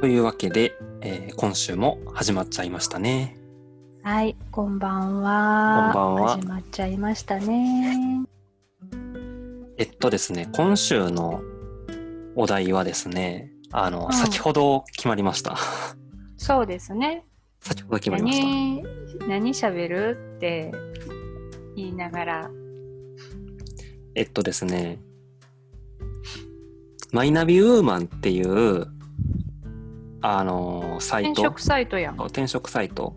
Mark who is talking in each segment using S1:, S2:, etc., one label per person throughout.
S1: というわけで、えー今週も始まっちゃいましたね。
S2: はい、こんばんは。
S1: こんばんは
S2: 始まっちゃいましたね。
S1: えっとですね、今週のお題はですね、あの、
S2: うん
S1: 先ほど決まりました。
S2: そうですね。
S1: 先ほど決まりまし
S2: 何、何喋るって言いながら。
S1: た。えっとですね、マイナビウーマンっていう、あの、サイ
S2: 転
S1: ト
S2: 職、サイトやん。うん。
S1: 転職サイト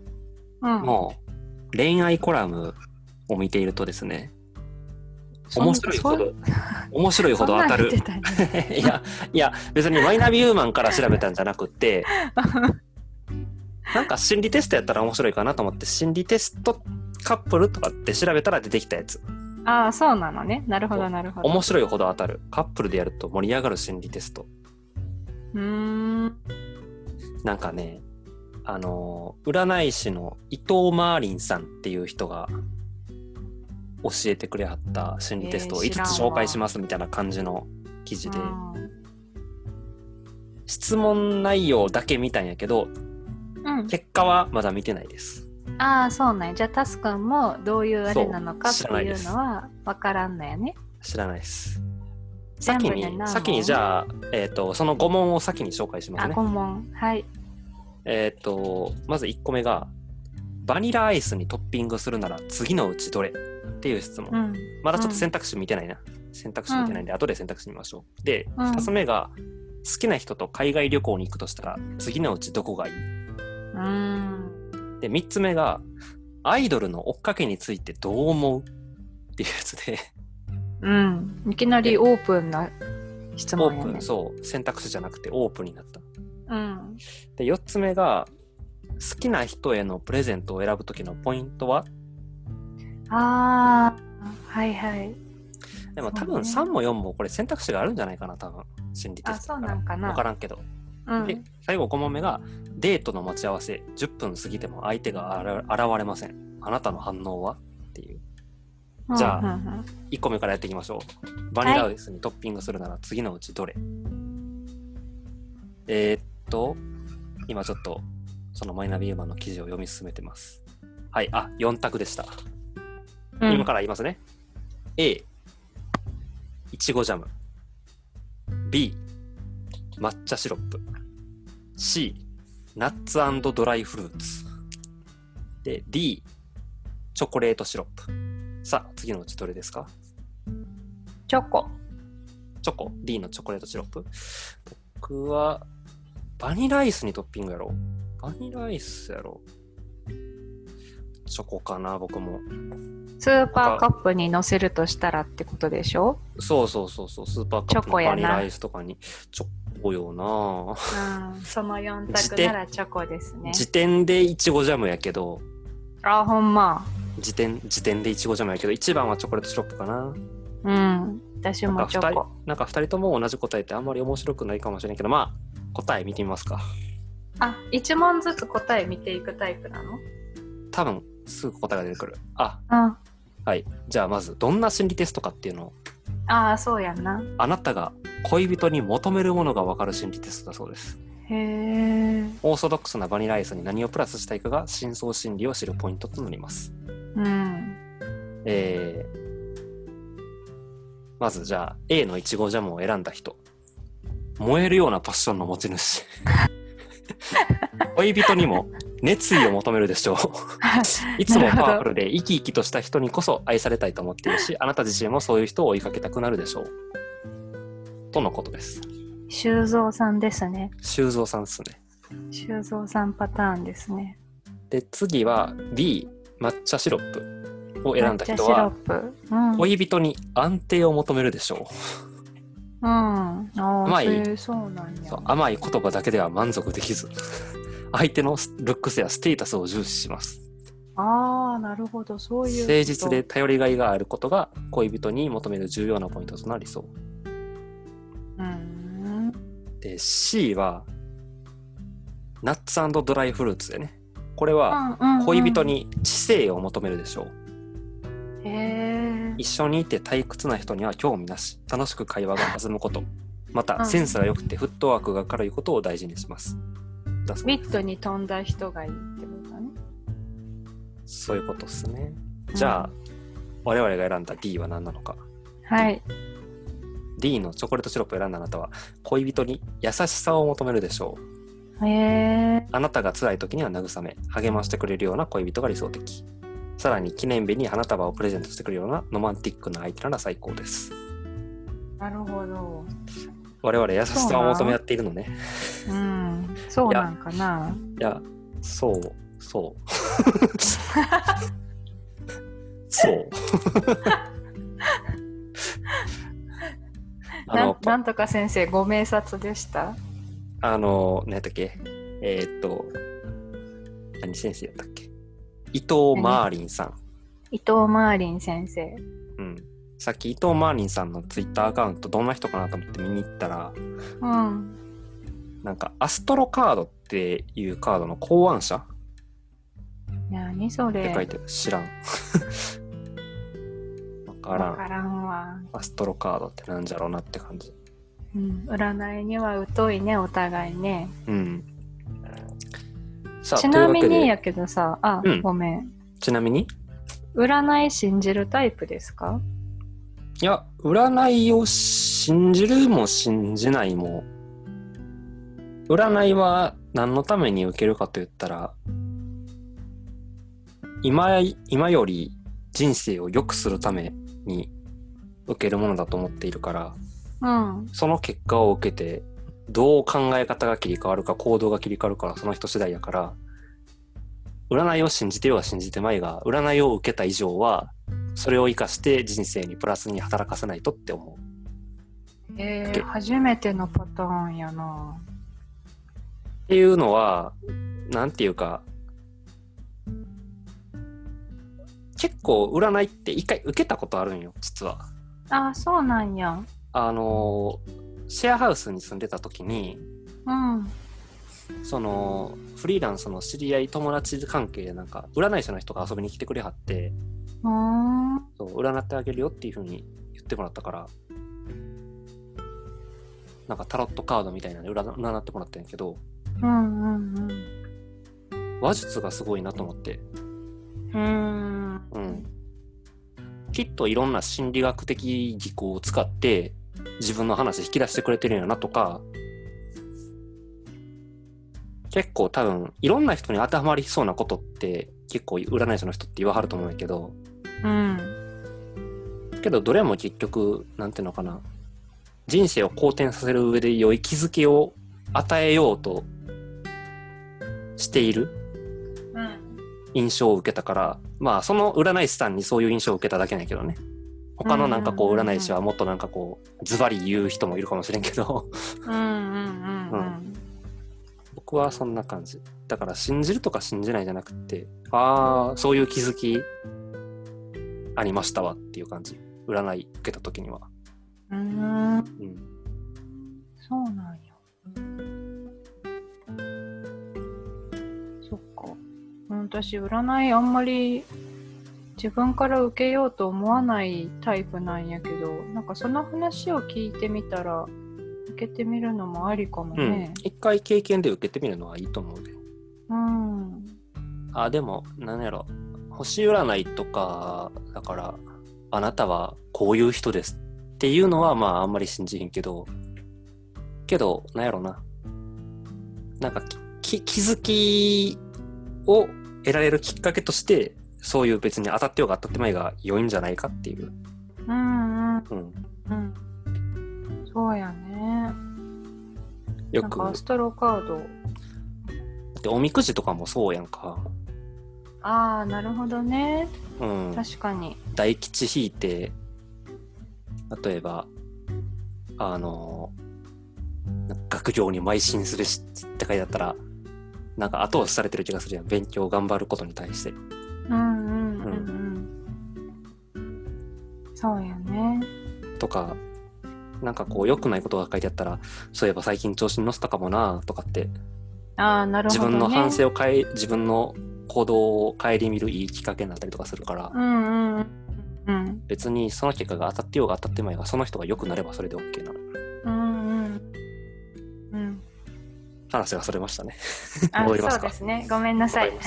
S2: 面
S1: の恋愛コラムを見ているとですね、面白いほど、面白いほど当たる。いや、いや、別にマイナビウーマンから調べたんじゃなく て、なんか心理テストやったら面白いかなと思って、心理テストカップルとかって調べたら出てきたやつ。
S2: ああ、そうなのね。なるほど、なるほど。
S1: 面白いほど当たる。カップルでやると盛り上がる心理テスト。
S2: うーん。
S1: なんかね、あのー、占い師の伊藤マーリンさんっていう人が教えてくれはった心理テストを
S2: えー
S1: 5
S2: 知らんわ
S1: つ紹介しますみたいな感じの記事で、
S2: う
S1: 質問内容だけ見たんやけど、
S2: ん
S1: 結果はまだ見てないです。
S2: うん。ああ、そうなんや。じゃあ、タスくんもどういうあれなのかっ
S1: そう知
S2: て
S1: らない
S2: い
S1: で
S2: う
S1: す
S2: のは分からんのやね。
S1: 知らないです。
S2: 全
S1: 先
S2: 部で
S1: に、
S2: 何
S1: 先に
S2: 問
S1: じゃあ、えっ、と、その5問を先に紹介しま
S2: あ、
S1: すね
S2: 5。問。はい。
S1: えっ、と、まず1個目が、バニラアイスにトッピングするなら次のうちどれっていう質問。
S2: うん。
S1: まだちょっと選択肢見てないな。選択肢見てないんで、後で選択肢見ましょう。で、
S2: うん
S1: 2つ目が、好きな人と海外旅行に行くとしたら次のうちどこがいい
S2: うん。
S1: で、3つ目が、アイドルの追っかけについてどう思うっていうやつで、
S2: うん。いきなりオープンな質
S1: オ
S2: 問
S1: ー
S2: や
S1: プ
S2: ね
S1: ン、。そう、選択肢じゃなくてオープンになった。
S2: うん。
S1: で4つ目が好きな人へのプレゼントを選ぶ時のポイントは
S2: ああ、はいはい。
S1: でも
S2: そうね
S1: 多分3も4もこれ選択肢があるんじゃないかな多分心理テ
S2: あ、
S1: スト
S2: そうなんかな。
S1: 分からんけど、
S2: う
S1: で
S2: ん。
S1: 最後5問目がデートの待ち合わせ10分過ぎても相手が現れませんあなたの反応はっていうじゃあ
S2: うんうん
S1: 1個目からやっていきましょうバニラアイスにトッピングするなら次のうちどれ、えーっと今ちょっとそのマイナビウーマンの記事を読み進めてますはいあ4択でした
S2: うん
S1: 今から言いますね。A、いちごジャム。B、抹茶シロップ。C、ナッツドライフルーツ。で、D、チョコレートシロップ。さあ、次のうちどれですか
S2: チョコ。
S1: チョコ ?D のチョコレートシロップ僕は、バニラアイスにトッピングやろバニラアイスやろチョコかな、僕も。
S2: スーパーカップに乗せるとしたらってことでしょ
S1: そうそうそうそう、スーパーカップ
S2: チョ
S1: の
S2: コやな
S1: バニラアイスとかにチョコよな、
S2: うん。その4
S1: 自
S2: 択
S1: 転
S2: ならチョコですね。
S1: 時点でいちごジャムやけど、
S2: あ、ほんま。
S1: 時点時点でいちごジャムやけど、一番はチョコレートシロップかな。
S2: うん。私
S1: なん
S2: も
S1: か
S2: チ
S1: 二
S2: ョ
S1: 人
S2: コ。
S1: なんか二人とも同じ答えってあんまり面白くないかもしれないけど、まあ、答え見てみますか。
S2: あ、1問ずつ答え見ていくタイプなの
S1: 多分、すぐ答えが出てくる。あ、
S2: うん。
S1: はい。じゃあまず、どんな心理テストかっていうのを、
S2: ああ、そうやんな。
S1: あなたが恋人に求めるものがわかる心理テストだそうです。
S2: へえ。
S1: オーソドックスなバニラアイスに何をプラスしたいかが深層心理を知るポイントとなります。
S2: うん。
S1: えー、まずじゃあ A のいちごジャムを選んだ人燃えるようなパッションの持ち主 恋人にも熱意を求めるでしょ ういつもパワフルで生き生きとした人にこそ愛されたいと思っているしあなた自身もそういう人を追いかけたくなるでしょうとのことです
S2: 修造さんですね。
S1: 修造さんですね
S2: 修造さんパターンですね。
S1: で次は B 抹茶シロップを選んだ人は
S2: 抹茶シロップ。うん。
S1: 恋人に安定を求めるでしょう
S2: うん。ああ、
S1: 甘い
S2: そういうそうなんや
S1: そう。甘い言葉だけでは満足できず 相手のルックスやステータスを重視します
S2: ああ、なるほど、そういうこと。
S1: 誠実で頼りがいがあることが恋人に求める重要なポイントとなりそう
S2: ーん。
S1: うで C はナッツドライフルーツでねこれは恋人
S2: に。
S1: に知性を求めるでしょう、
S2: へえ。
S1: 一緒にいて退屈な人には興味なし楽しく会話が弾むことま
S2: う
S1: た
S2: ん
S1: センスが良くてフットワークが軽いことを大事にしますだそう
S2: ミッドに飛んだ人がいいってことだね。
S1: そういうことですね。じゃあ、我々が選んだ D は何なのか。
S2: はい。
S1: D のチョコレートシロップを選んだあなたは、恋人に優しさを求めるでしょう。
S2: へえ
S1: あなたが辛い時には慰め、励ましてくれるような恋人が理想的。さらに記念日に花束をプレゼントしてくれるようなロマンティックな相手なら最高です。
S2: なるほど。
S1: 我々優しさを求め合っているのね。
S2: うん。そうなんかな。
S1: いや、そう、そう。そう。あ
S2: な
S1: の
S2: ん、なんとか先生、ご明察でした
S1: あの、何やったっけえーっと、何先生やったっけ伊藤マーリンさん。
S2: 伊藤マーリン先生。
S1: うん。さっき伊藤マーリンさんのツイッターアカウントどんな人かなと思って見に行ったら、
S2: うん。
S1: なんかアストロカードっていうカードの考案者
S2: 何そ
S1: っ
S2: れ。
S1: て書いてる。知らん。 わから
S2: わ
S1: ん。
S2: からんわ。
S1: アストロカードってなんじゃろうなって感じ。
S2: うん。占いには疎いね、お互いね。
S1: うん。さあ、
S2: ちなみ
S1: というわ
S2: に
S1: け
S2: や
S1: で、
S2: けどさ、あ、
S1: うん
S2: ごめん。
S1: ちなみに
S2: 占い信じるタイプですか
S1: いや、占いを信じるも信じないも、占いは何のために受けるかと言ったら、今、今より人生を良くするために受けるものだと思っているから、
S2: うん。
S1: その結果を受けて、どう考え方が切り替わるか、行動が切り替わるかはその人次第やから、占いを信じてようが信じてまいが、占いを受けた以上は、それを生かして人生にプラスに働かせないとって思う。
S2: え
S1: け
S2: ー、初めてのパターンやな。
S1: っていうのは、なんていうか、結構占いって一回受けたことあるんよ、実は。
S2: あ、そうなんや。
S1: あの、シェアハウスに住んでた時に、
S2: うん。
S1: そのフリーランスの知り合い友達関係でなんか占い師の人が遊びに来てくれはって
S2: うーん。
S1: そう占ってあげるよっていうふうに言ってもらったからなんかタロットカードみたいなので占占ってもらったんやけど
S2: うんうん
S1: 話術がすごいなと思って、
S2: うん。
S1: う
S2: うーん
S1: ん、きっといろんな心理学的技巧を使って自分の話引き出してくれてるんやなとか結構多分いろんな人に当てはまりそうなことって結構占い師の人って言わはると思うんやけど、
S2: うん。
S1: けどどれも結局なんていうのかな人生を好転させる上で良い気づきを与えようとしている
S2: うん。
S1: 印象を受けたからまあその占い師さんにそういう印象を受けただけなんやけどね他のなんかこう
S2: うんうんうんうん
S1: 占い師はもっとなんかこうズバリ言う人もいるかもしれんけど
S2: うんうんうんうん。
S1: 僕はそんな感じだから信じるとか信じないじゃなくてああそういう気づきありましたわっていう感じ占い受けた時には、
S2: うー
S1: う
S2: ん。
S1: ん、
S2: そうなんや。そっか。うん私、占いあんまり自分から受けようと思わないタイプなんやけど、なんかその話を聞いてみたら、受けてみるのもありかも
S1: うん
S2: ね。、
S1: 一回経験で受けてみるのはいいと思うで。
S2: うん。うん。
S1: あ、でも、なんやろ。星占いとか、だから、あなたはこういう人ですっていうのは、まあ、あんまり信じへんけど、けど、なんやろな。なんかき、き気づきを得られるきっかけとして、そういう別に当たってようが当たってまいが良いんじゃないかっていう。
S2: うんうん
S1: うん。
S2: うん。そうやね。
S1: よ
S2: なん
S1: く、
S2: か
S1: だ
S2: アストロカード。
S1: っておみくじとかもそうやんか。
S2: ああ、なるほどね。
S1: うん。
S2: 確かに。
S1: 大吉引いて例えばあの学業に邁進すべしって書いてあったらなんか後押しされてる気がするやん勉強を頑張ることに対して
S2: うんうんうんうん。そうやね。
S1: とかなんかこう良くないことが書いてあったらそういえば最近調子に乗せたかもなとかって
S2: ああ、なるほ
S1: 自
S2: ど、
S1: 分
S2: ね。
S1: の反省を変え自分の行動を顧みるいいきっかけになったりとかするから
S2: うんうんうん。
S1: 別にその結果が当たってようが当たってまいがその人が良くなればそれで OK なの
S2: うんうんうん。うん。
S1: 話がそれましたね。
S2: あ、
S1: 戻りま
S2: そ
S1: す
S2: う
S1: か
S2: ですね。ごめんなさい。
S1: 戻り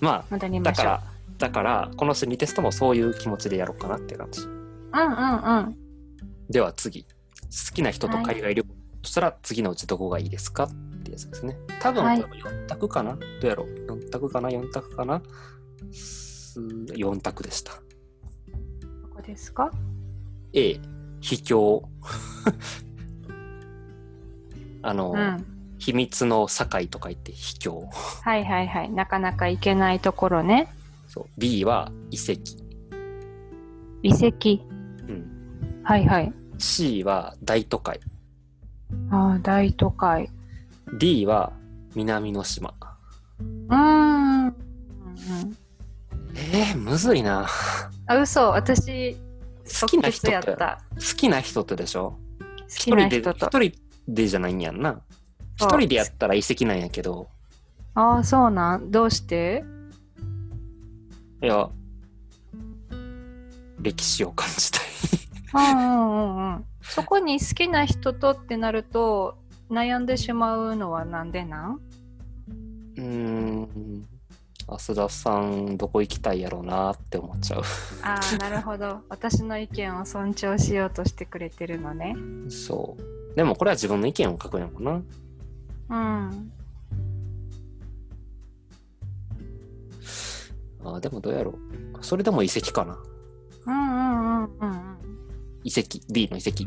S1: ま
S2: は
S1: ま
S2: い。戻り
S1: あ、だ
S2: ま
S1: か
S2: しょう
S1: ら、だから、この心理テストもそういう気持ちでやろうかなって感じ。。
S2: うんうんうん。
S1: では次。好きな人と海外旅行としたら次のうちどこがいいですかってやつですね。多分、
S2: は
S1: はい4択かなどうやろう ?4 択かな ?4 択かな ?4 択でした。
S2: どこですか
S1: A、秘境。 あの、
S2: うん。
S1: 秘密の堺とか言って秘境。
S2: はいはいはい。なかなか行けないところね。
S1: そう B は遺跡。
S2: 遺跡。
S1: うん、
S2: はいはい。
S1: C は大都会。
S2: ああ、大都会。
S1: D は南の島。
S2: うーん。うんうん、
S1: えー、むずいな。
S2: あ、嘘。私、
S1: 好きな
S2: 即決
S1: 人
S2: や
S1: っ、
S2: って
S1: 好
S2: た。
S1: きな人ってでしょ
S2: 好き
S1: 一人
S2: な
S1: で、
S2: 人と
S1: 一。人でじゃないんやんな。
S2: そ
S1: 一
S2: う
S1: 人でやったら遺跡なんやけど、
S2: ああ、そうなん。どうして
S1: いや、歴史を感じた い。
S2: うんうんうんうん。そこに好きな人とってなると、悩んでしまうのはなんでなん
S1: うーん、浅田さん、どこ行きたいやろうなって思っちゃう。
S2: ああ、なるほど。私の意見を尊重しようとしてくれてるのね。
S1: そう。でもこれは自分の意見を書くんやもんな。
S2: うん。
S1: あーでもどうやろう。それでも遺跡かな。
S2: うんうんうんうん
S1: 遺跡。D の遺跡。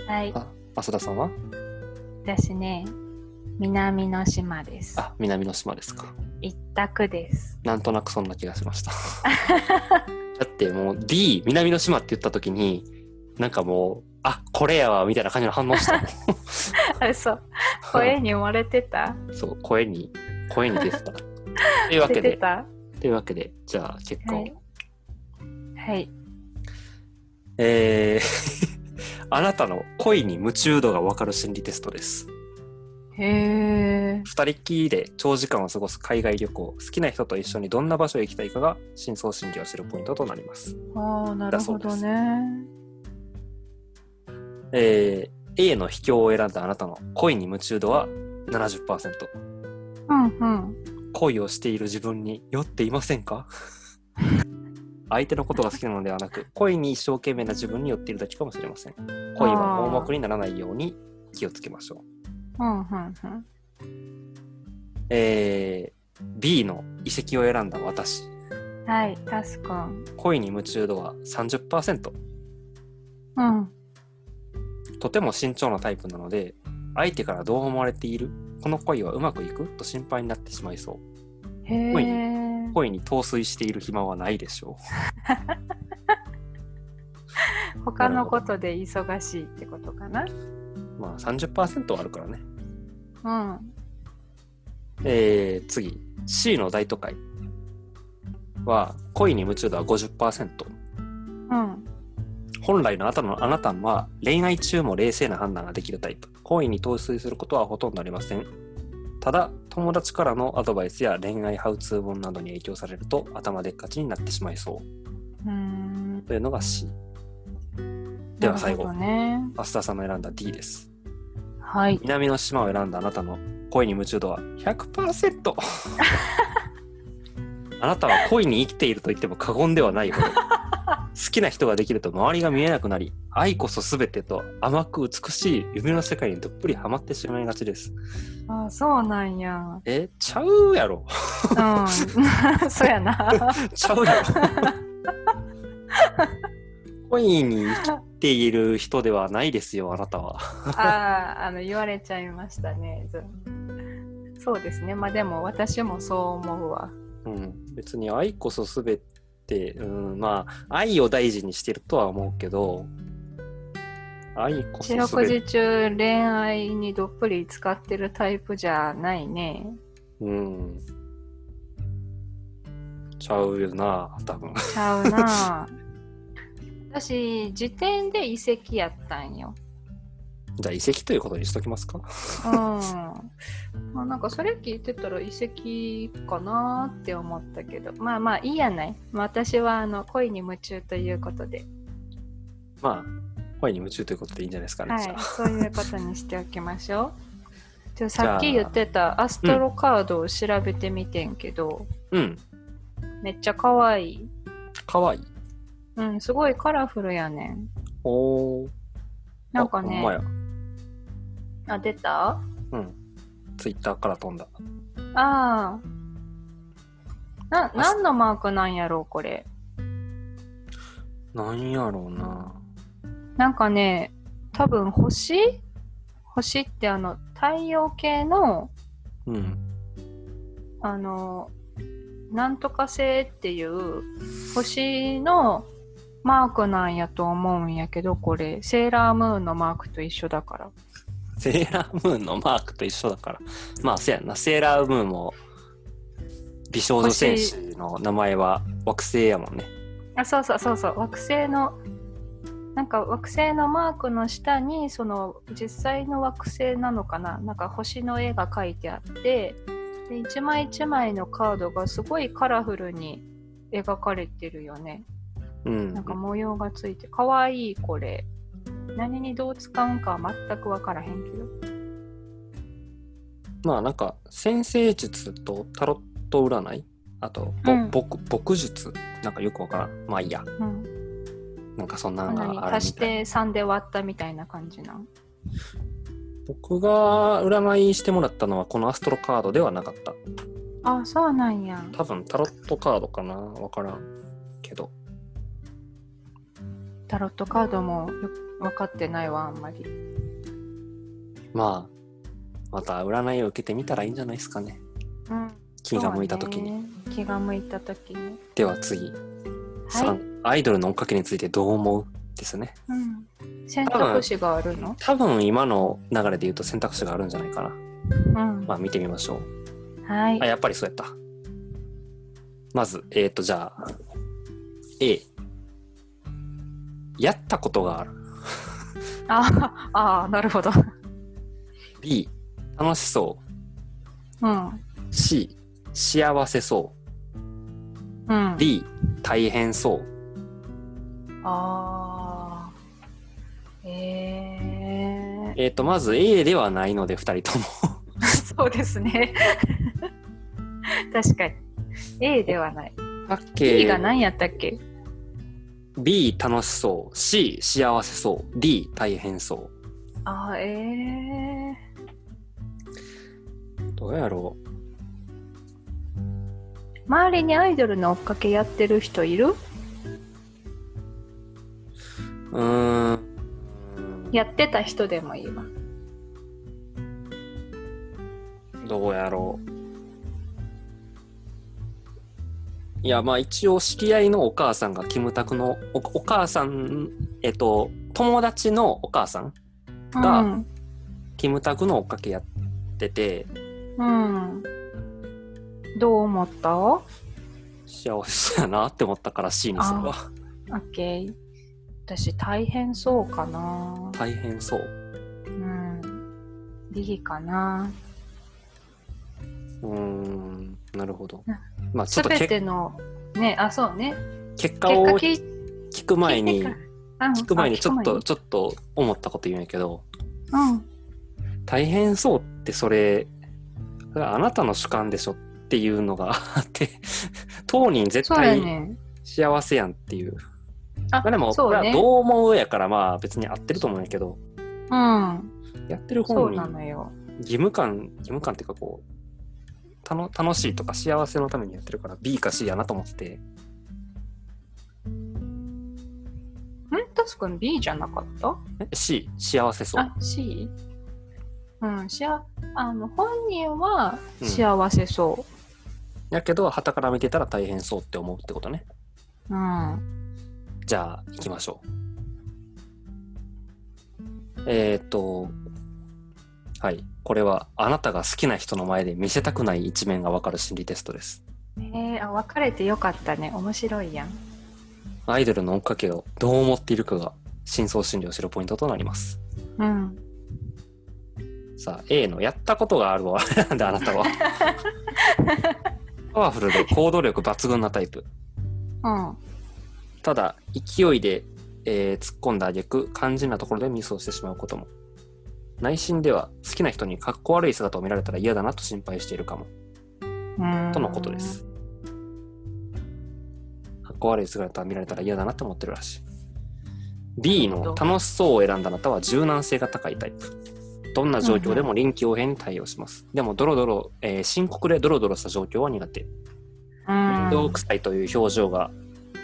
S2: うん。はい。
S1: あ、浅田さんは
S2: 私ね、南の島です。
S1: あ、南の島ですか。
S2: 一択 です。
S1: なんとなくそんな気がしま した。だってもう D、南の島って言った時に、なんかもう、あ、これやわ、みたいな感じの反応したもん。
S2: あ、そう。声に漏れてた
S1: そう、声に、声に出てた。というわけ
S2: 出て
S1: で、
S2: た
S1: というわけで、じゃあ結果を、
S2: はい。はい。
S1: えー あなたの恋に夢中度がわかる心理テストです。
S2: へえ。
S1: 二人っきりで長時間を過ごす海外旅行、好きな人と一緒にどんな場所へ行きたいかが真相心理を知るポイントとなります。
S2: ああ、なるほどね。
S1: えー A の秘境を選んだあなたの恋に夢中度は70%。
S2: うんうん。
S1: 恋をしている自分に酔っていませんか相手のことが好きなのではなく、恋に一生懸命な自分に酔っているだけかもしれません。恋は盲目にならないように気をつけましょう。
S2: うんうんうん。
S1: えー B の遺跡を選んだ私。
S2: はい、タスくん。
S1: 恋に夢中度は30%。
S2: うん。
S1: とても慎重なタイプなので、相手からどう思われているこの恋はうまくいくと心配になってしまいそう。
S2: へえ。
S1: ほい恋に陶酔している暇はないでしょ
S2: 他のことで忙しいってことかな。
S1: う。まあ30%はあるからね。
S2: うん。
S1: えー、次。C の大都会は恋に夢中度は50%。
S2: うん。
S1: 本来のあなたのあなたは恋愛中も冷静な判断ができるタイプ。恋に陶酔することはほとんどありません。ただ、友達からのアドバイスや恋愛ハウツー本などに影響されると頭でっかちになってしまいそう
S2: うーん。
S1: というのが C。では最後
S2: なるほどね。
S1: アスターさんの選んだ D です。
S2: はい。
S1: 南の島を選んだあなたの恋に夢中度は100%。あなたは恋に生きていると言っても過言ではないほど。好きな人ができると周りが見えなくなり、愛こそ全てと甘く美しい夢の世界にどっぷりハマってしまいがちです。
S2: ああ、そうなんや。うん。
S1: え、ちゃうやろ。
S2: そうやな。
S1: ちゃうやろ。恋に生きている人ではないですよ、あなたは。
S2: ああ、あの言われちゃいましたね。ずそうですね。まあでも私もそう思うわ。
S1: うん、別に愛こそ全て、うん、まあ愛を大事にしてるとは思うけど愛こ
S2: 四
S1: そ
S2: 六
S1: 全て、
S2: 時中恋愛にどっぷり使ってるタイプじゃないね。
S1: うん、ちゃうよな多分
S2: ちゃうなあ 私、時点で遺跡やったんよ。
S1: じゃあ遺跡ということにしときますか
S2: うん。まあなんかそれ聞いてたら遺跡かなって思ったけど。まあまあいいやない。まあ私はあの恋に夢中ということで。
S1: まあ恋に夢中ということでいいんじゃないですかね、
S2: は
S1: じゃ
S2: い。そういうことにしておきましょう。じゃあさっき言ってたアストロカードを調べてみてんけど、
S1: うん。
S2: めっちゃ可愛い。
S1: かわいい。
S2: うん、すごいカラフルやねん。
S1: おー。
S2: なんか
S1: あほ
S2: ね
S1: ん、まや。
S2: あ、出た
S1: うん。ツイッターから飛んだ。
S2: ああ。な、何のマークなんやろう、これ。
S1: なんやろうな。
S2: なんかね、多分星星ってあの、太陽系の、
S1: うん。
S2: あの、なんとか星っていう星のマークなんやと思うんやけど、これ、セーラームーンのマークと一緒だから。
S1: セーラームーンのマークと一緒だから。まあ、せやんな。セーラームーンも、美少女戦士の名前は惑星やもんね。
S2: あ、そうそうそうそう、惑星の、なんか惑星のマークの下に、その実際の惑星なのかな、なんか星の絵が描いてあって、で一枚一枚のカードがすごいカラフルに描かれてるよね。
S1: うん。
S2: なんか模様がついて、かわいいこれ。何にどう使うんかは全くわからへんけど。
S1: まあ、なんか、先生術とタロット占いあと、ぼ、
S2: うん
S1: 僕、僕術なんかよくわからん。まあいいや。
S2: うん。
S1: なんかそんな
S2: あ
S1: んがあるみ
S2: 何
S1: たい
S2: 足して3で割ったみたいな感じなん。
S1: 僕が占いしてもらったのはこのアストロカードではなかった
S2: あ、そうなんや。
S1: 多分タロットカードかなわからんけど
S2: タロットカードもよく分かってないわ、あんまり。
S1: まあまた占いを受けてみたらいいんじゃないですかね
S2: うん。
S1: 気が向いた時に、
S2: そうね気が向いた時に
S1: では次、
S2: は
S1: 三
S2: い、
S1: アイドルの追っかけについてどう思うですね
S2: うん、選択肢があるの
S1: 多分今の流れで言うと選択肢があるんじゃないかな
S2: うん、
S1: まあ見てみましょう
S2: はい
S1: あやっぱりそうやったまずえっ、ー、とじゃあ A やったことがある
S2: ああーなるほど
S1: B 楽しそう
S2: うん
S1: C 幸せそ
S2: うん
S1: う D 大変そう
S2: あーえ
S1: えっ、とまず A ではないので2人とも
S2: ー、 そうですね 確かに A ではない
S1: パッ
S2: B
S1: ケ
S2: が何やったっけ
S1: B 楽しそう C 幸せそう D 大変そ
S2: あーえ
S1: うどうやろう
S2: ー、周りにアイドルの追っかけやってる人いる
S1: うーん
S2: やってた人でもいいわ
S1: どうやろういやまあ一応知り合いのお母さんがキムタクのおお母さんえっと友達のお母さんが
S2: うん
S1: キムタクの追っかけやってて
S2: うんどう思ったオ
S1: 幸せやなって思ったから C にするわ
S2: ッケー私大変そうかな
S1: 大変そう
S2: うん。D かな。
S1: うーんなるほど
S2: うん
S1: まあちょ
S2: す
S1: っと
S2: べ
S1: け
S2: ての、ね、あ、そうね。
S1: 結果
S2: 結
S1: を
S2: 果
S1: 聞
S2: 聞い
S1: く前
S2: 聞いて
S1: に
S2: からうん
S1: 聞く前に
S2: あ
S1: ちょっと
S2: 聞
S1: ちょっと思ったこと言うんやけど
S2: く前に
S1: 大変そうってそれそれあなたの主観でしょっていうのが あって当人
S2: うん。
S1: 絶
S2: そうや
S1: 対
S2: ね。
S1: 幸せやんっていう
S2: あ
S1: まあでも
S2: そう
S1: これ
S2: ね
S1: は。どう思うやからまあ別に合ってると思うんやけど
S2: うん。
S1: やってる
S2: そう
S1: 本人
S2: なのよ。
S1: 義務感義務感っていうかこうたの楽しいとか幸せのためにやってるから B か C やなと思って
S2: んタスくん B じゃなかった
S1: え C 幸せそう
S2: あ、C? うん、しあ、あの、本人は
S1: うん
S2: 幸せそ
S1: やけど旗から見てたら大変そうって思うってことね
S2: う。うん。
S1: じゃあ行きましょうえっ、ー、とはいこれはあなたが好きな人の前で見せたくない一面がわかる心理テストです
S2: えー、あ、別れてよかったね。面白いやん。
S1: アイドルの追っかけをどう思っているかが真相心理を知るポイントとなります
S2: うん。
S1: さあ A のやったことがあるわなんであなたはパワフルで行動力抜群なタイプ
S2: うん。
S1: ただ勢いで、えー突っ込んだ挙句肝心なところでミスをしてしまうことも内心では好きな人にかっこ悪い姿を見られたら嫌だなと心配しているかも
S2: うん
S1: とのことで。すかっこ悪い姿を見られたら嫌だなと思ってるらしい B の楽しそうを選んだあなたは柔軟性が高いタイプどんな状況でも臨機応変に対応します、でもドロドロ、えー深刻でドロドロした状況は苦手
S2: うん
S1: 面倒くさいという表情が、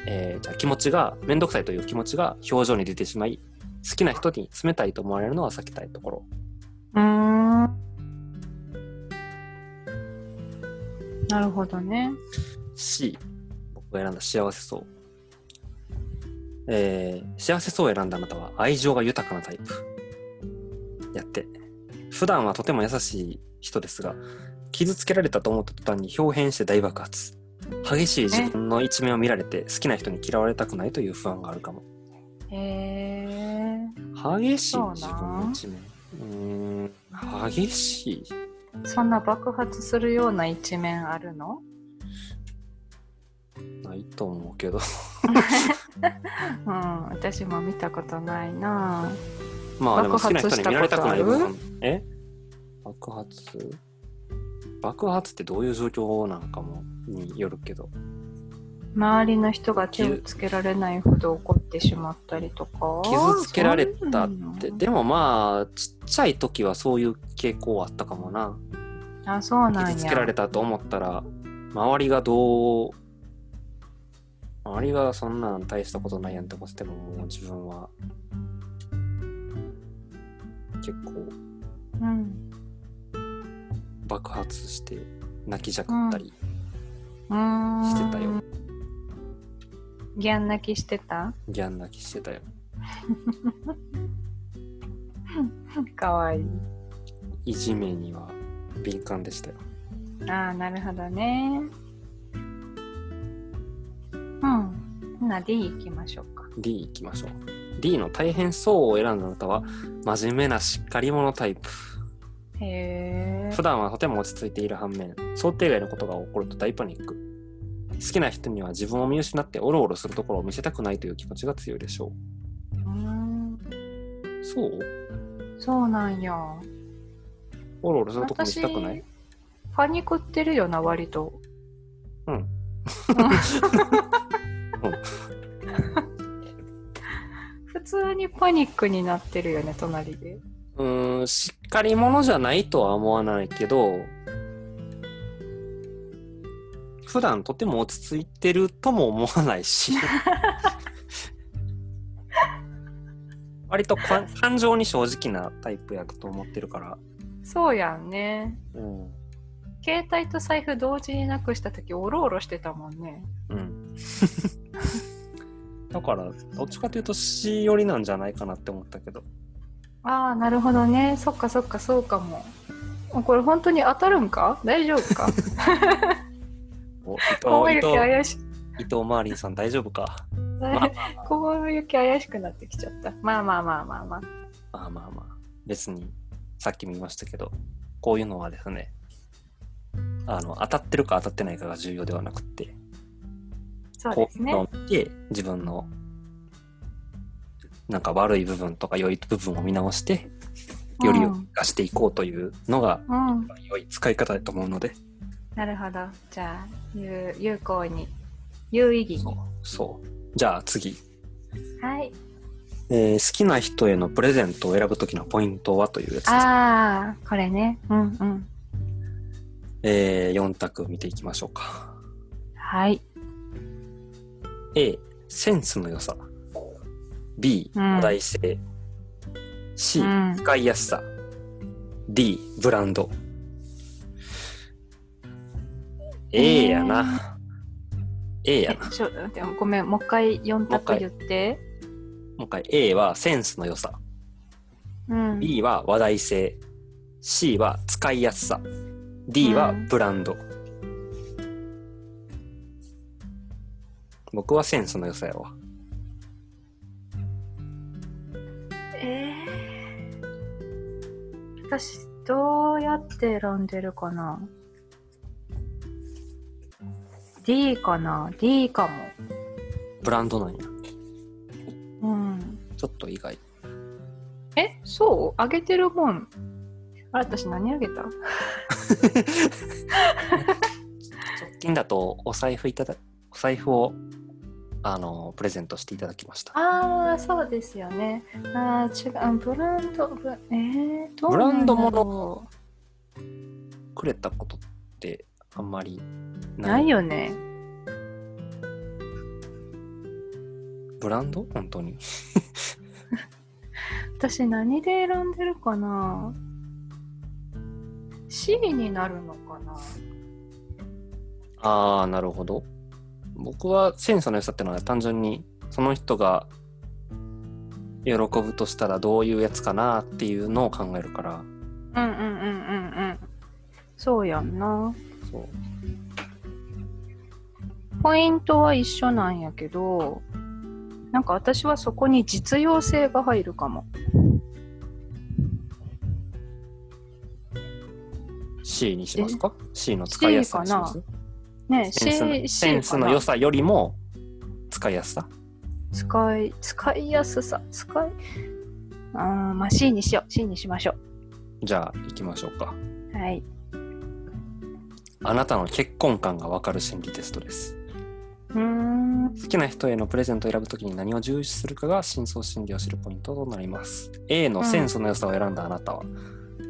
S1: えーじゃあ気持ちが面倒くさいという気持ちが表情に出てしまい好きな人に冷たいと思われるのは避けたいところ
S2: うんなるほどね。
S1: C 僕が選んだ幸せそう、えー幸せそうを選んだあなたは愛情が豊かなタイプやって普段はとても優しい人ですが傷つけられたと思った途端に表変して大爆発激しい自分の一面を見られて好きな人に嫌われたくないという不安があるかも
S2: へえ。
S1: 激しい
S2: そうなん
S1: 自分の一面うーん激しい
S2: そんな爆発するような一面あるの？
S1: ないと思うけど
S2: うん、私も見たことないな。
S1: まあでも
S2: 爆
S1: 好きな
S2: 発
S1: 人
S2: し
S1: に
S2: た
S1: 見られたくない
S2: ことあ
S1: 部
S2: る
S1: 分え爆発爆発ってどういう状況なんかもによるけど
S2: 周りの人が手をつけられないほど怒ってしまったりとか。
S1: 傷つけられたっ
S2: そ
S1: て
S2: うなの
S1: でもまあちっちゃい時はそういう傾向はあったかもな
S2: あ、そうなんや。
S1: 傷つけられたと思ったら周りがどう周りがそんなん大したことないやんって思っててももう自分は結構
S2: うん。
S1: 爆発して泣きじゃくったり
S2: うーん。
S1: してたよ、
S2: ギャン泣きしてた？
S1: ギャン泣きしてたよ
S2: かわいい。
S1: いじめには敏感でしたよ
S2: ああ、なるほどね。うん。な D 行きましょうか。
S1: D 行きましょう D の大変そうを選んだあなたは真面目なしっかり者タイプ
S2: へえ。
S1: 普段はとても落ち着いている反面想定外のことが起こると大パニック好きな人には自分を見失っておろおろするところを見せたくないという気持ちが強いでしょ
S2: うーん。
S1: うそう
S2: そうなんや。
S1: おろおろするところ見
S2: 私
S1: せたくない
S2: パニックってるよな割と。
S1: うん
S2: 普通にパニックになってるよね隣で。
S1: うーんしっかり者じゃないとは思わないけど普段とても落ち着いてるとも思わない し割とか感情に正直なタイプやと思ってるから、
S2: そうやんね。
S1: うん、
S2: 携帯と財布同時になくした時おろおろしてたもんね。
S1: うん だからどっちかというと C 寄りなんじゃないかなって思ったけど
S2: ああなるほどねそっかそっかそうかもおこれ本当に当たるんか大丈 夫か
S1: お伊藤伊
S2: 小雪
S1: 藤
S2: 怪し
S1: 伊藤マーリンさん大丈夫か
S2: だい小雪怪しくなってきちゃったまあまあまあまあまあ
S1: まあまあまあ別にさっきも言いましたけどこういうのはですねあの当たってるか当たってないかが重要ではなくて
S2: そう
S1: こ
S2: で
S1: う
S2: す
S1: いうの
S2: ね
S1: を見て自分のなんか悪い部分とか良い部分を見直してよりを生かしていこうというのが
S2: うん
S1: 良い使い方だと思うので、
S2: なるほどじゃあ有有効に有意義
S1: そう
S2: に
S1: そうじゃあ次
S2: はい
S1: えー好きな人へのプレゼントを選ぶときのポイントはというやつです、
S2: ああこれねうんうん
S1: え4択見ていきましょうか
S2: はい
S1: A センスの良さ B
S2: うん
S1: 話題性、C
S2: うん
S1: 使いやすさ D ブランド A やな、A や
S2: え
S1: な
S2: ちょ待ってごめんもう一回4択言って
S1: 今回 A はセンスの良さ
S2: うん
S1: B は話題性 C は使いやすさ D はブランド、僕はセンスの良さやわ
S2: えー、私どうやって選んでるかな D かな D か
S1: ブランドなんや
S2: もうん
S1: ちょっと意外
S2: えそうあげてるもんあれ私何あげた
S1: 直近だとお財布いただお財布をあのプレゼントしていただきました
S2: ああそうですよねああ違うあブランドブラえー、どう
S1: ブランド
S2: な
S1: も
S2: んだろ
S1: くれたことってあんまり
S2: う
S1: な
S2: ないいよね
S1: ブランド本当に
S2: 私何で選んでるかな C になるのかな
S1: ああなるほど僕はセンスの良さってのは単純にその人が喜ぶとしたらどういうやつかなっていうのを考えるから
S2: うんうんうんうんうんそうやんな
S1: そう
S2: ポイントは一緒なんやけどなんか私はそこに実用性が入るかも
S1: C にしますか ?C の使いやすさにします
S2: ね
S1: センスの
S2: C,
S1: センスの良さよりも使いやすさ
S2: 使い使いやすさ使いあーまあ C にしよう C にしましょ
S1: じゃあ行きましょうか
S2: うはい
S1: あなたの結婚観がわかる心理テストです
S2: うーん
S1: 好きな人へのプレゼントを選ぶときに何を重視するかが真相心理を知るポイントとなります A のセンスの良さを選んだあなたは、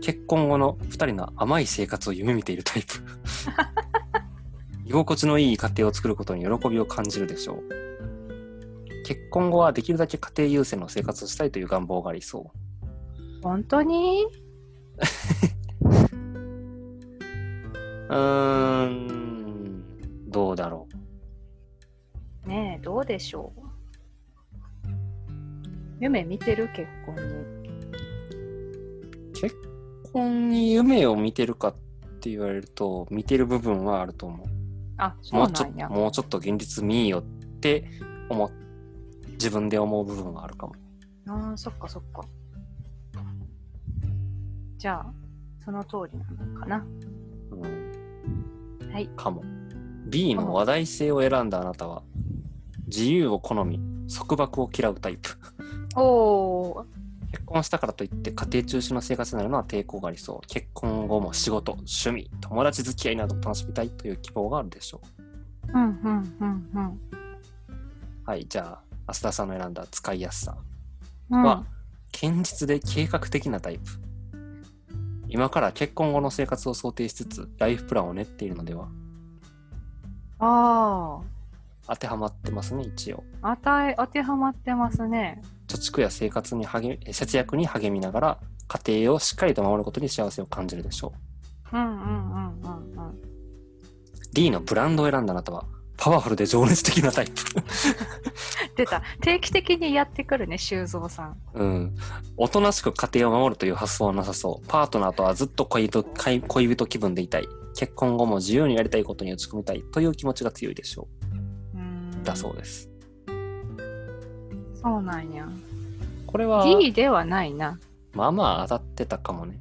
S1: 結婚後の2人の甘い生活を夢見ているタイプ 居心地のいい家庭を作ることに喜びを感じるでしょう結婚後はできるだけ家庭優先の生活をしたいという願望がありそう
S2: 本当に
S1: うーん、どうだろう。
S2: ねえどうでしょう夢見てる結婚に
S1: 結婚に夢を見てるかって言われると、見てる部分はあると思う。
S2: あそ
S1: も
S2: う
S1: うちょ
S2: な
S1: っ
S2: ん
S1: と、
S2: や
S1: もうちょっと現実見いよって思っ、自分で思う部分はあるかも。
S2: あーそっかそっかじゃあその通りなのかな
S1: うん、
S2: はい
S1: かも。B の話題性を選んだあなたは、自由を好み、束縛を嫌うタイプ。
S2: おお
S1: 結婚したからといって家庭中心の生活になるのは抵抗がありそう。結婚後も仕事、趣味、友達付き合いなどを楽しみたいという希望があるでしょ
S2: うんうんうんうん
S1: う。はい、じゃあ、浅田さんの選んだ使いやすさ
S2: うん
S1: は、堅実で計画的なタイプ。今から結婚後の生活を想定しつつ、ライフプランを練っているのでは
S2: あ
S1: 当てはまってますね、一応。
S2: あ当て当てはまってますね
S1: 貯蓄や生活に励み節約に励みながら、家庭をしっかりと守ることに幸せを感じるでしょう。
S2: うんうんうんうんうん
S1: D のブランドを選んだあなたは、パワフルで情熱的なタイプ。
S2: 出た定期的にやってくるね修造さん
S1: うん。おとなしく家庭を守るという発想はなさそう。パートナーとはずっと恋人恋恋人気分でいたい。結婚後も自由にやりたいことに打ち込みたいという気持ちが強いでしょ
S2: うーん
S1: う。だそうです。
S2: そうなんや
S1: これは、
S2: D ではないな
S1: まあまあ当たってたかも ね。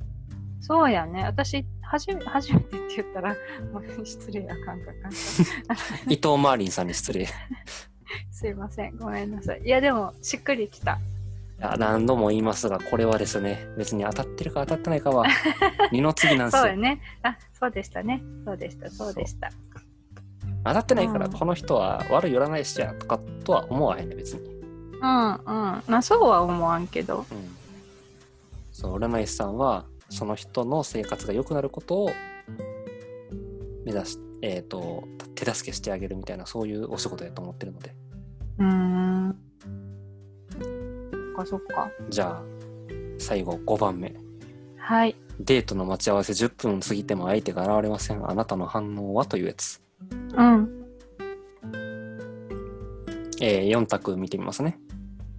S2: そうやね私はじめ初めてって言ったらもう失礼な感覚かん
S1: 伊藤マーリンさんに失礼。い
S2: すいませんごめんなさいいやでもしっくりきた
S1: や何度も言いますが、これはですね、別に当たってるか当たってないか は、二の次なんです
S2: そう
S1: よ
S2: よ。ねあそうでしたねそうでしたそうでした
S1: 当たってないから、
S2: うん
S1: この人は悪い占い師やとかとは思わへんね、別に。
S2: うんうんまあそうは思わんけど
S1: うん、そう占い師さんはその人の生活が良くなることを目指し、えー、と手助けしてあげるみたいなそういうお仕事やと思ってるので
S2: うーんそっかそっか
S1: じゃあ最後5番目
S2: はい
S1: デートの待ち合わせ10分過ぎても相手が現れませんあなたの反応はというやつ、
S2: うん
S1: え4択見てみますね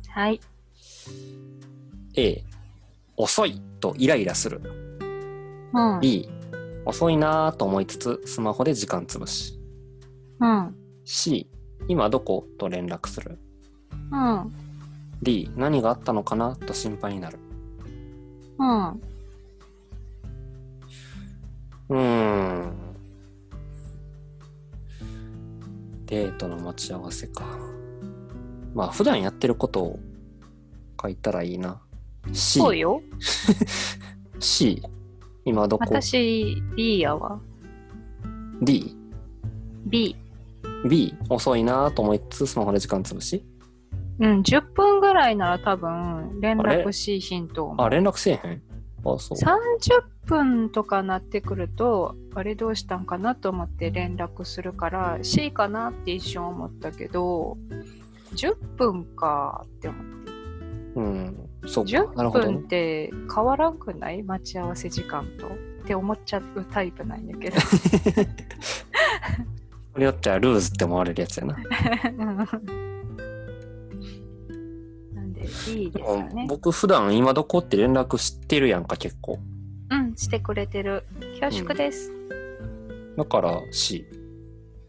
S2: はい
S1: A 遅いとイライラする
S2: うん、
S1: B 遅いなぁと思いつつスマホで時間潰し
S2: うん、
S1: C 今どこと連絡する
S2: うん、
S1: D 何があったのかなと心配になる
S2: うん。
S1: うーんデートの待ち合わせかまあ普段やってることを書いたらいいな C
S2: そうよ。
S1: C 今どこ
S2: 私、B やわ。
S1: D
S2: B。
S1: B 遅いなと思いつつスマホで時間潰し
S2: うん、10分ぐらいなら多分連絡しヒント
S1: あ連絡せえへんあそう
S2: 30分とかなってくるとあれどうしたんかなと思って連絡するから C かなって一瞬思ったけど10分かって思って
S1: うんそうかなる
S2: 10
S1: ほど
S2: 分
S1: ね
S2: って変わらんくない待ち合わせ時間とって思っちゃうタイプなんやけど
S1: これだったらルーズって思われるやつやな
S2: なんで B です
S1: う
S2: か
S1: ん
S2: ね
S1: 僕普段今どこって連絡してるやんか結構
S2: うんしてくれてる恐縮です、
S1: だから C、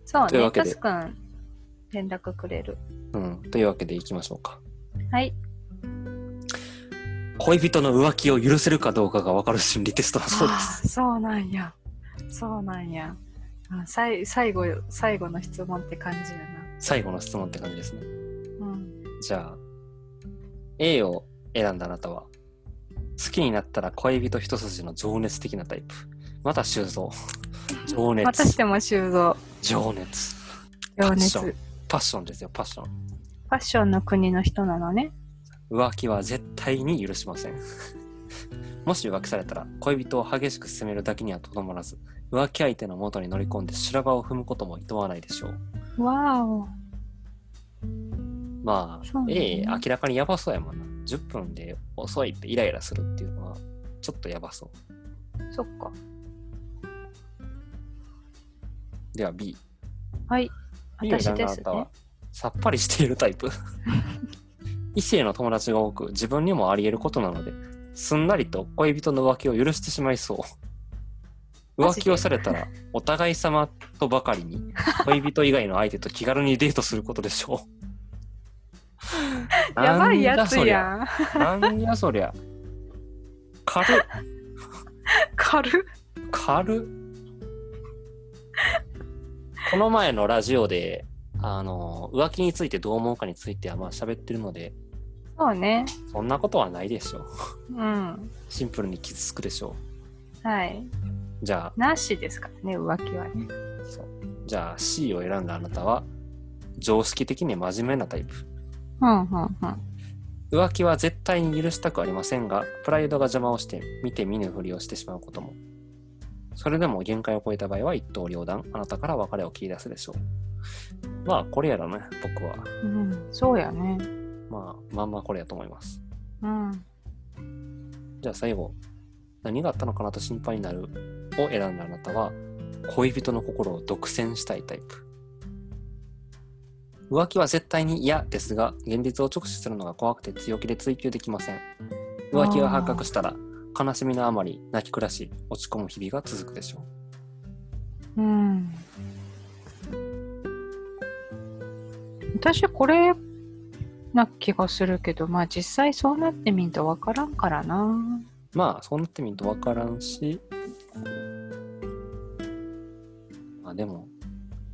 S2: そう
S1: という
S2: ね
S1: わけ
S2: タ
S1: で
S2: スくん連絡くれる
S1: うん、というわけでいきましょうか
S2: はい
S1: 恋人の浮気を許せるかどうかが分かる心理テストだそうで
S2: あーそうなんや。そうなんや。あさい最後、最後の質問って感じや
S1: す最後の質問って感じですね
S2: な。うん。
S1: じゃあ A を選んだあなたは好きになったら恋人一筋の情熱的なタイプまた修 造情
S2: またし
S1: 熱
S2: ても修造。
S1: 情熱
S2: 情熱。
S1: そ
S2: フ
S1: うパッションですよパッション
S2: ァッションの国の人なのね。
S1: 浮気は絶対に許しません もし浮気されたら恋人を激しく責めるだけにはとどまらず浮気相手の元に乗り込んで修羅場を踏むことも厭わないでしょう
S2: わお。
S1: ま
S2: そ
S1: あ、
S2: うね
S1: A 明らかにやばそうやもんな10分で遅いってイライラするっていうのはちょっとやばそ
S2: そっ
S1: う
S2: か。
S1: では B
S2: はい。
S1: B を
S2: 私
S1: 選ん
S2: で
S1: だあ
S2: す
S1: なたは
S2: ね。
S1: さっぱりしているタ イプ異性の友達が多く自分にもあり得ることなのですんなりと恋人の浮気を許してしまいそう
S2: マ
S1: 浮
S2: ジで
S1: 気をされたらお互い様とばかりに恋人以外の相手と気軽にデートすることでしょう
S2: やばいやつ
S1: ん
S2: やん。
S1: なんやそりゃ。軽っ、
S2: 軽っ。
S1: 軽っ。この前のラジオで、あの、浮気についてどう思うかについてはまあ喋ってるので、
S2: そうね。
S1: そんなことはないでしょう。
S2: うん。
S1: シンプルに傷つくでしょ
S2: はい。
S1: う。じゃ
S2: なしですからね、浮気はね。
S1: あ、そうじゃあ C を選んだあなたは、常識的に真面目なタイプ。
S2: うんうんうん。
S1: 浮気は絶対に許したくありませんが、プライドが邪魔をして、見て見ぬふりをしてしまうことも。それでも限界を超えた場合は一刀両断、あなたから別れを切り出すでしょう。まあ、これやろね、僕は。
S2: うん、そうやね。
S1: まあ、まんまこれやと思います。
S2: うん。
S1: じゃあ最後、何があったのかなと心配になるを選んだあなたは、恋人の心を独占したいタイプ。浮気は絶対に嫌ですが、現実を直視するのが怖くて強気で追求できません。浮気が発覚したら、悲しみのあまり泣き暮らし、落ち込む日々が続くでしょ
S2: うん。私これな気がするけどまあ実際そうなってみんとわからんからな
S1: う。まあ、そうなってみるとわからんし、まあでも、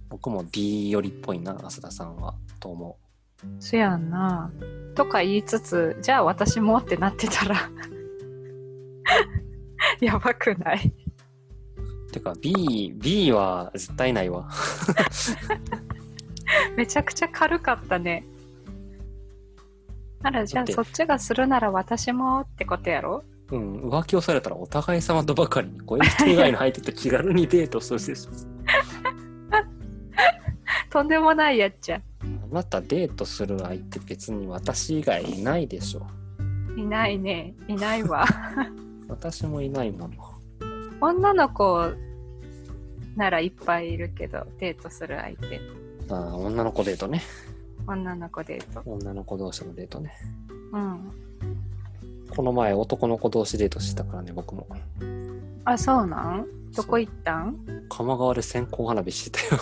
S1: 僕も D よりっぽいな、浅田さんは、と思う。
S2: そやんなとか言いつつじゃあ私もってなってたら やばくない
S1: てか B, B は絶対ないわ。
S2: めちゃくちゃ軽かったねならじ
S1: だ
S2: ゃ
S1: っ
S2: あ
S1: て
S2: そっちがするなら私もってことやろ
S1: うん、浮気をされたらお互い様とばかりに恋人以外の相手と気軽にデートするでしょ。
S2: とんでもないやっちゃ
S1: あなたデートする相手別に私以外いないでしょ。
S2: いないねいないわ
S1: 私もいないもの。
S2: 女の子ならいっぱいいるけどデートする相手
S1: ああ女の子デートね。
S2: 女の子デート
S1: 女の子同士のデートね。
S2: うん
S1: この前男の子同士デートしてたからね、僕も。
S2: あそうなんどこ行ったん
S1: 鎌川で線香花火して たよ。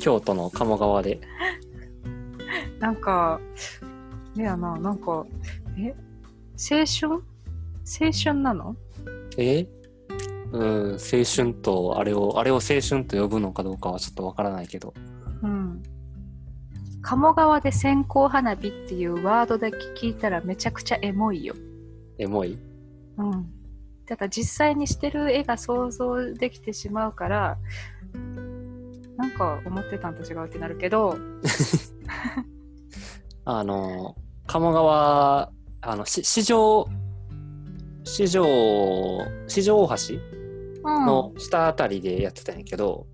S1: 京都の鴨川で。
S2: なんかねやななんかえ青春青春なの
S1: えうん、青春と、あれを、あれを青春と呼ぶのかどうかはちょっとわからないけど、
S2: うん鴨川で線香花火っていうワードだけ聞いたらめちゃくちゃエモいよ。
S1: エモい
S2: うん。ただ実際にしてる絵が想像できてしまうから、なんか思ってたんと違うってなるけど、
S1: あの、鴨川、あの、し市場、市場、市場大
S2: う
S1: 橋
S2: ん。
S1: の下あたりでやってたんやけど、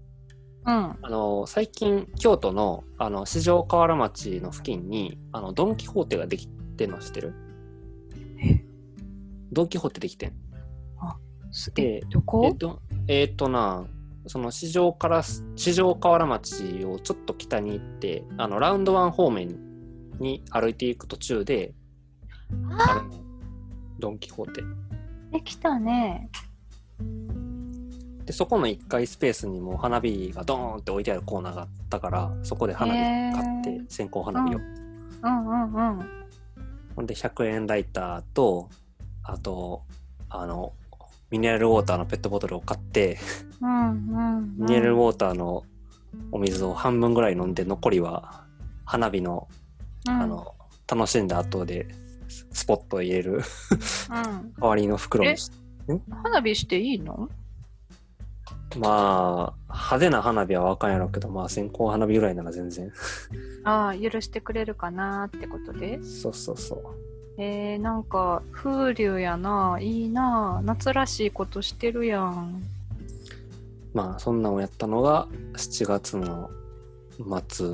S2: うん。
S1: あの、最近、京都の、あの、市場河原町の付近に、あの、ドン・キホーテができてんの知ってる
S2: え
S1: ドン・キホーテできてん。
S2: す
S1: で、
S2: え、ど
S1: え
S2: こ
S1: っと、えっとな、その市場からす、市場河原町をちょっと北に行って、あの、ラウンドワン方面に歩いていく途中で、あるのドン・キホーテ。
S2: できたね。
S1: で、そこの1階スペースにも花火がドーンって置いてあるコーナーがあったから、そこで花火買っ
S2: へ
S1: て
S2: ー、
S1: 線香花火を。
S2: うんうんうん。
S1: ほんで、100円ライターと、あと、あの、ミネラルウォーターのペットボトルを買って、
S2: うんうん、うん。
S1: ミネラルウォーターのお水を半分ぐらい飲んで、残りは花火の、
S2: うん
S1: あ、の、楽しんだ後で、ススポットを入れる
S2: うん。
S1: 代わりの袋にし
S2: 花火していいの
S1: まあ、派手な花火はわかんやろうけど、まあ、線香花火ぐらいなら全然。
S2: ああ、許してくれるかなってことで。
S1: そうそうそう。
S2: えー、なんか風流やな、いいな、夏らしいことしてるやん。
S1: まあ、そんなんをやったのが、7月の末、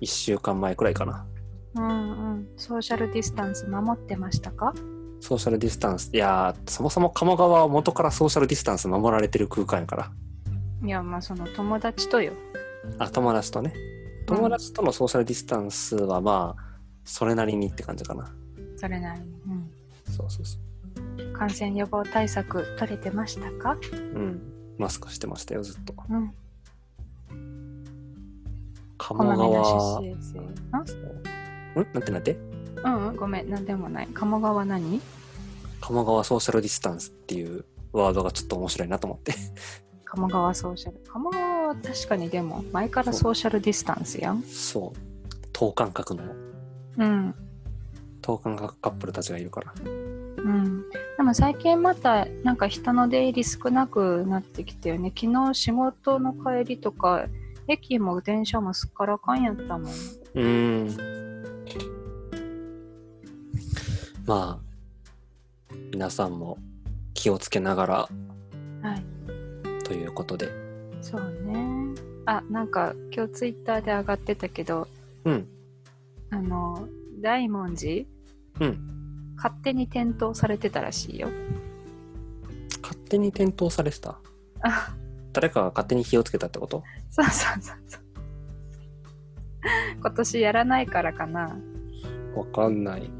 S1: 1週間前くらいかな。
S2: うんうん。ソーシャルディスタンス守ってましたか
S1: ソーシャルディスタンス。いやー、そもそも鴨川は元からソーシャルディスタンス守られてる空間やから。
S2: いや、まあその友達とよ。
S1: あ、友達とね。友達とのソーシャルディスタンスはまあ、それなりにって感じかな。
S2: それなりに。
S1: そうそうそ
S2: うん。感染予防対策取れてましたか
S1: う。うん。マスクしてましたよ、ずっと。
S2: うん。こ
S1: 鴨
S2: まめな
S1: 川。
S2: 出生。ん
S1: うんなんてなんて
S2: うんうん、ごめん、なんでもない。鴨川何
S1: 鴨川ソーシャルディスタンスっていうワードがちょっと面白いなと思って。
S2: 鴨川ソーシャル。鴨川は確かにでも、前からソーシャルディスタンスやん。
S1: そう。等間隔の、
S2: うん。
S1: 等間隔カップルたちがいるから。
S2: うん、でも最近またなんか人の出入り少なくなってきてよね昨日仕事の帰りとか駅も電車もすっからかんやったもん
S1: うーん。まあ、皆さんも気をつけながら
S2: はい
S1: ということで。
S2: そうねあなんか今日ツイッターで上がってたけど
S1: うん。
S2: あの大文字
S1: うん。
S2: 勝手に転倒されてたらしいよ
S1: 勝手に転倒されてた
S2: あ
S1: 誰かが勝手に火をつけたってこと
S2: そうそうそうそう今年やらないからかな
S1: わかんない。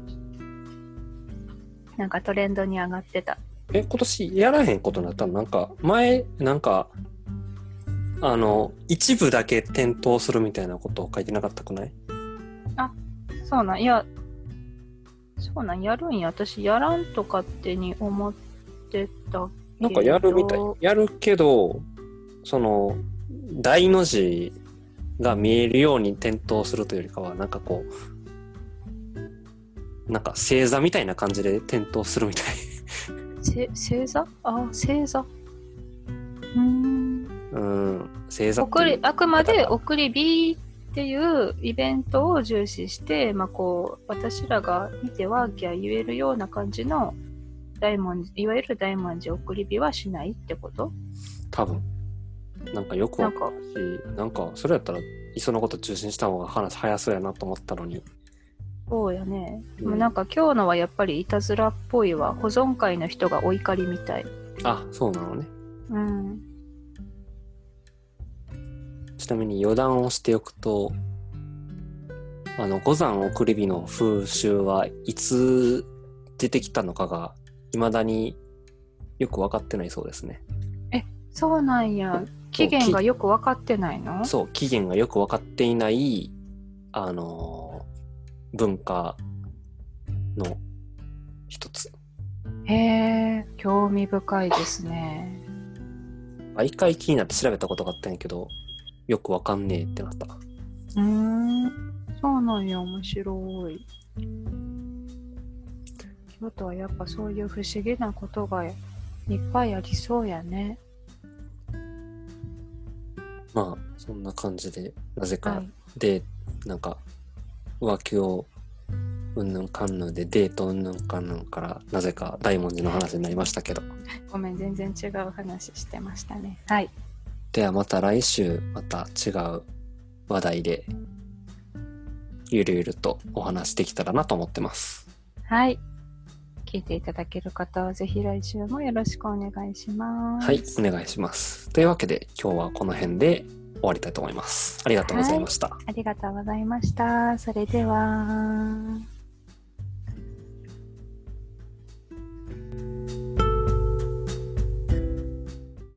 S2: なんかトレンドに上がってた
S1: え、今年やらへんことになったのなんか、前、なんか、あの、一部だけ転倒するみたいなことを書いてなかったくない
S2: そうなんいやそうなんやるんや私やらんと勝手に思ってた
S1: なんかやるみたい
S2: けど。
S1: やるけど、その、大の字が見えるように点灯するというよりかは、なんかこう、なんか正座みたいな感じで点灯するみたい。
S2: せ正座あ正座うーん
S1: うん、正座って
S2: 送
S1: い
S2: り
S1: う。
S2: あくまで送り火っていうイベントを重視して、まあ、こう私らが見てワーキャー言えるような感じの大文字いわゆる大文字送り火はしないってこと
S1: 多分。なんかよく
S2: な
S1: わ
S2: ん
S1: か
S2: か
S1: るし、なんかそれやったら、いっそのこと中心した方が話早そうやなと思ったのに。
S2: そうやね、
S1: うん
S2: でもなんか今日のはやっぱりいたずらっぽいわ保存会の人がお怒りみたい
S1: あ、そうなのね。
S2: うん
S1: ちなみに余談をしておくと、あの、五山送り火の風習はいつ出てきたのかが、未だによく分かってないそうですね。
S2: そうなんや。期限がよく分かってないの
S1: そう、起源がよく分かっていない、あのー文化の一つ。
S2: へえ、興味深いですね。
S1: 毎回気になって調べたことがあったんやけど、よく分かんねえってなった。
S2: うーん。そうなんや、面白い。京都はやっぱそういう不思議なことがいっぱいありそうやね。
S1: まあそんな感じでなぜか、
S2: はい。
S1: でなんか浮気をうんぬんかんぬんでデートうんぬんかんぬんからなぜか大文字の話になりましたけど
S2: ごめん、全然違う話してましたね。はい。
S1: ではまた来週また違う話題でゆるゆるとお話できたらなと思ってます
S2: はい。聞いていただける方はぜひ来週もよろしくお願いします。
S1: はいお願いしますというわけで今日はこの辺で終わりたいと思いますありがとうございました、
S2: ありがとうございました。それでは。